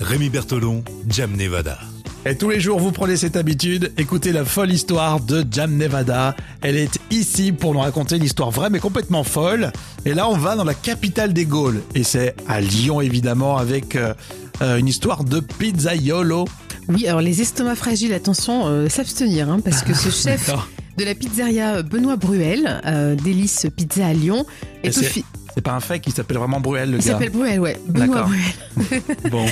Rémi Bertolon, Jam Nevada. Et tous les jours, vous prenez cette habitude, écoutez la folle histoire de Jam Nevada. Elle est ici pour nous raconter une histoire vraie mais complètement folle. Et là, on va dans la capitale des Gaules. Et c'est à Lyon, évidemment, avec euh, euh, une histoire de pizzaiolo. Oui, alors les estomacs fragiles, attention, euh, s'abstenir, hein, parce que ce chef Ah, D'accord. de la pizzeria euh, Benoît Bruel, euh, d'Hélice Pizza à Lyon, Et est au fi- C'est pas un fake, il s'appelle vraiment Bruel, le Il gars. s'appelle Bruel, ouais. Benoît D'accord. Bruel. Bon.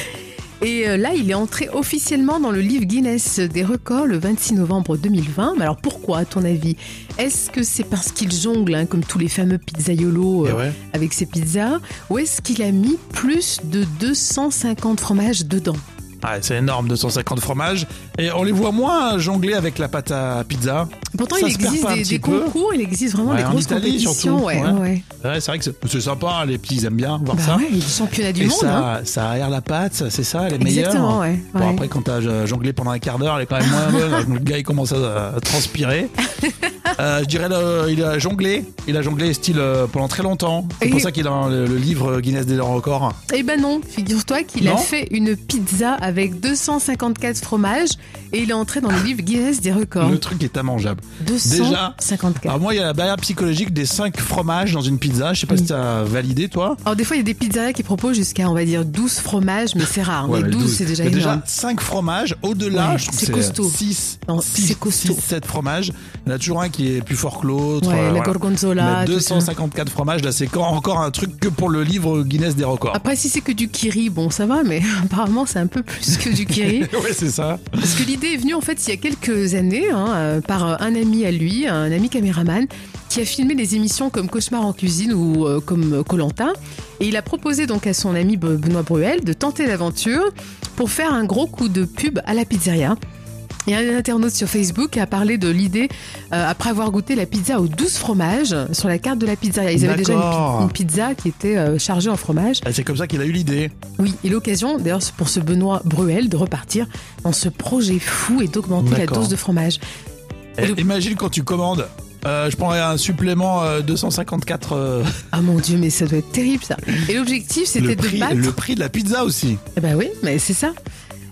Et euh, là, il est entré officiellement dans le livre Guinness des records le 26 novembre 2020. Mais alors pourquoi, à ton avis Est-ce que c'est parce qu'il jongle, hein, comme tous les fameux pizzaiolos Et euh, Eh ouais. avec ses pizzas, ou est-ce qu'il a mis plus de 250 fromages dedans Ah, c'est énorme, 250 fromages. Et on les voit moins jongler avec la pâte à pizza. Pourtant, Ça il se perd existe pas un des, petit des peu concours, il existe vraiment Ouais, des en grosses Italie, compétitions. surtout, ouais, ouais. ouais. Ouais, c'est vrai que c'est- c'est sympa, hein, les petits, ils aiment bien voir Bah ça. ouais, il est championnat du Et monde. hein. ça, ça aère la pâte, ça, c'est ça, elle est meilleure. Exactement, ouais. Bon, ouais. après, quand t'as euh, jonglé pendant un quart d'heure, elle est quand même moins bonne. Alors, le gars, il commence à, à transpirer. Euh, je dirais, le- il a jonglé. Il a jonglé style euh, pendant très longtemps. C'est Et- pour ça qu'il a un- le, le livre Guinness des records. Eh ben non, figure-toi qu'il a Non fait une pizza avec 254 fromages et il est entré dans le livre Guinness des records. Le truc est immangeable. déjà- 254. Alors, moi, il y a la barrière psychologique des 5 fromages dans une pizza. Je sais pas Oui. si t'as validé, toi. Alors des fois, il y a des pizzerias qui proposent jusqu'à, on va dire, 12 fromages, mais c'est rare. mais 12, c'est déjà Il y a énorme. déjà 5 fromages. Au-delà, Ouais, je trouve c'est que c'est costaud. 6, Non, c'est costaud. 7 fromages. Il y en a toujours un qui est plus fort que l'autre. Ouais, euh, la voilà. gorgonzola. Mais tout ça. 254 fromages, là c'est quand- encore un truc que pour le livre Guinness des records. Après, si c'est que du kiri, bon, ça va, mais apparemment, c'est un peu plus que du kiri. ouais, c'est ça. Parce que l'idée est venue en fait il y a quelques années hein, euh, par euh, un ami à lui, un ami caméraman, qui a filmé des émissions comme Cauchemar en cuisine ou euh, comme Colanta. Et il a proposé donc à son ami Be- Benoît Bruel de tenter l'aventure pour faire un gros coup de pub à la pizzeria. Et un internaute sur Facebook a parlé de l'idée euh, après avoir goûté la pizza aux 12 fromages sur la carte de la pizzeria. Ils avaient déjà une, D'accord. pi- une pizza qui était euh, chargée en fromage. Et c'est comme ça qu'il a eu l'idée. Oui, et l'occasion d'ailleurs c'est pour ce Benoît Bruel de repartir dans ce projet fou et d'augmenter la D'accord. dose de fromage. Eh, Et le- Imagine quand tu commandes. euh, je prendrais un supplément euh, 254. euh, Ah mon dieu, mais ça doit être terrible ça. Et l'objectif le, c'était de prix, battre. le prix de la pizza aussi. Eh ben oui, mais c'est ça.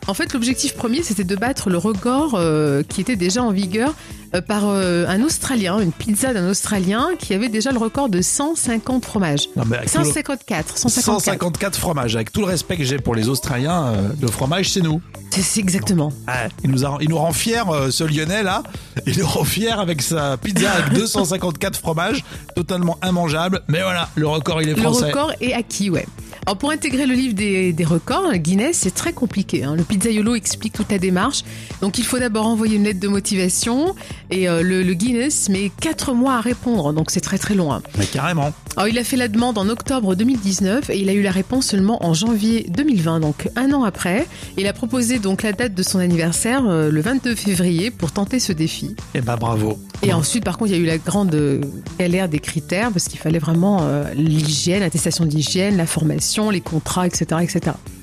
En fait, l'objectif premier c'était de battre le record euh, qui était déjà en vigueur euh, par euh, un Australien, une pizza d'un Australien qui avait déjà le record de 150 fromages. Non, mais avec tout le- 154, 154. 154 fromages. Avec tout le respect que j'ai pour les Australiens, euh, le fromage c'est nous. C'est- C'est exactement. Ah, il, nous a- il nous rend fiers, euh, ce Lyonnais là. Il nous rend fiers avec sa pizza avec 254 fromages, totalement immangeable. Mais voilà, le record il est Le français. record est acquis, ouais. Alors pour intégrer le livre des, des records, hein, Guinness, c'est très compliqué. hein. Le pizzaiolo explique toute la démarche. Donc il faut d'abord envoyer une lettre de motivation et euh, le, le Guinness met 4 mois à répondre, donc c'est très très loin. Mais carrément. Alors il a fait la demande en octobre 2019 et il a eu la réponse seulement en janvier 2020, donc un an après. Il a proposé donc la date de son anniversaire, euh, le 22 février, pour tenter ce défi. Eh ben bravo. Et ensuite, par contre, il y a eu la grande euh, galère des critères parce qu'il fallait vraiment euh, l'hygiène, l'attestation d'hygiène, la formation, les contrats, etc. etc.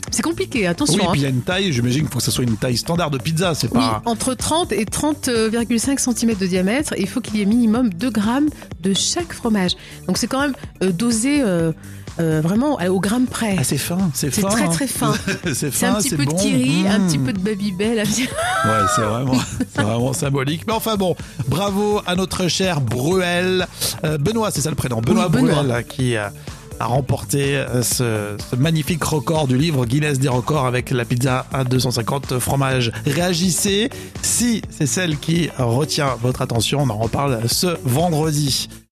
C'est compliqué, Oui, attention. et hein. puis ah. il y a une taille, j'imagine qu'il faut que ça soit une taille standard de pizza, c'est Oui, pas. entre 30 et 30,5 cm de diamètre, et il faut qu'il y ait minimum 2 grammes de chaque fromage. Donc c'est quand même euh, dosé euh, euh, vraiment au gramme près. Ah, c'est fin, c'est C'est fin. très hein. très fin. c'est C'est fin, un petit c'est peu bon. de kiri, un Mmh. petit peu de babybel. un petit- Ouais, c'est vraiment, c'est vraiment symbolique. Mais enfin bon, bravo à notre cher Bruel. Euh, Benoît, c'est ça le prénom. Benoît, Benoît. Bruel, là, qui euh, a remporté euh, ce, ce magnifique record du livre Guinness des records avec la pizza à 250 fromages. Réagissez si c'est celle qui retient votre attention. On en reparle ce vendredi.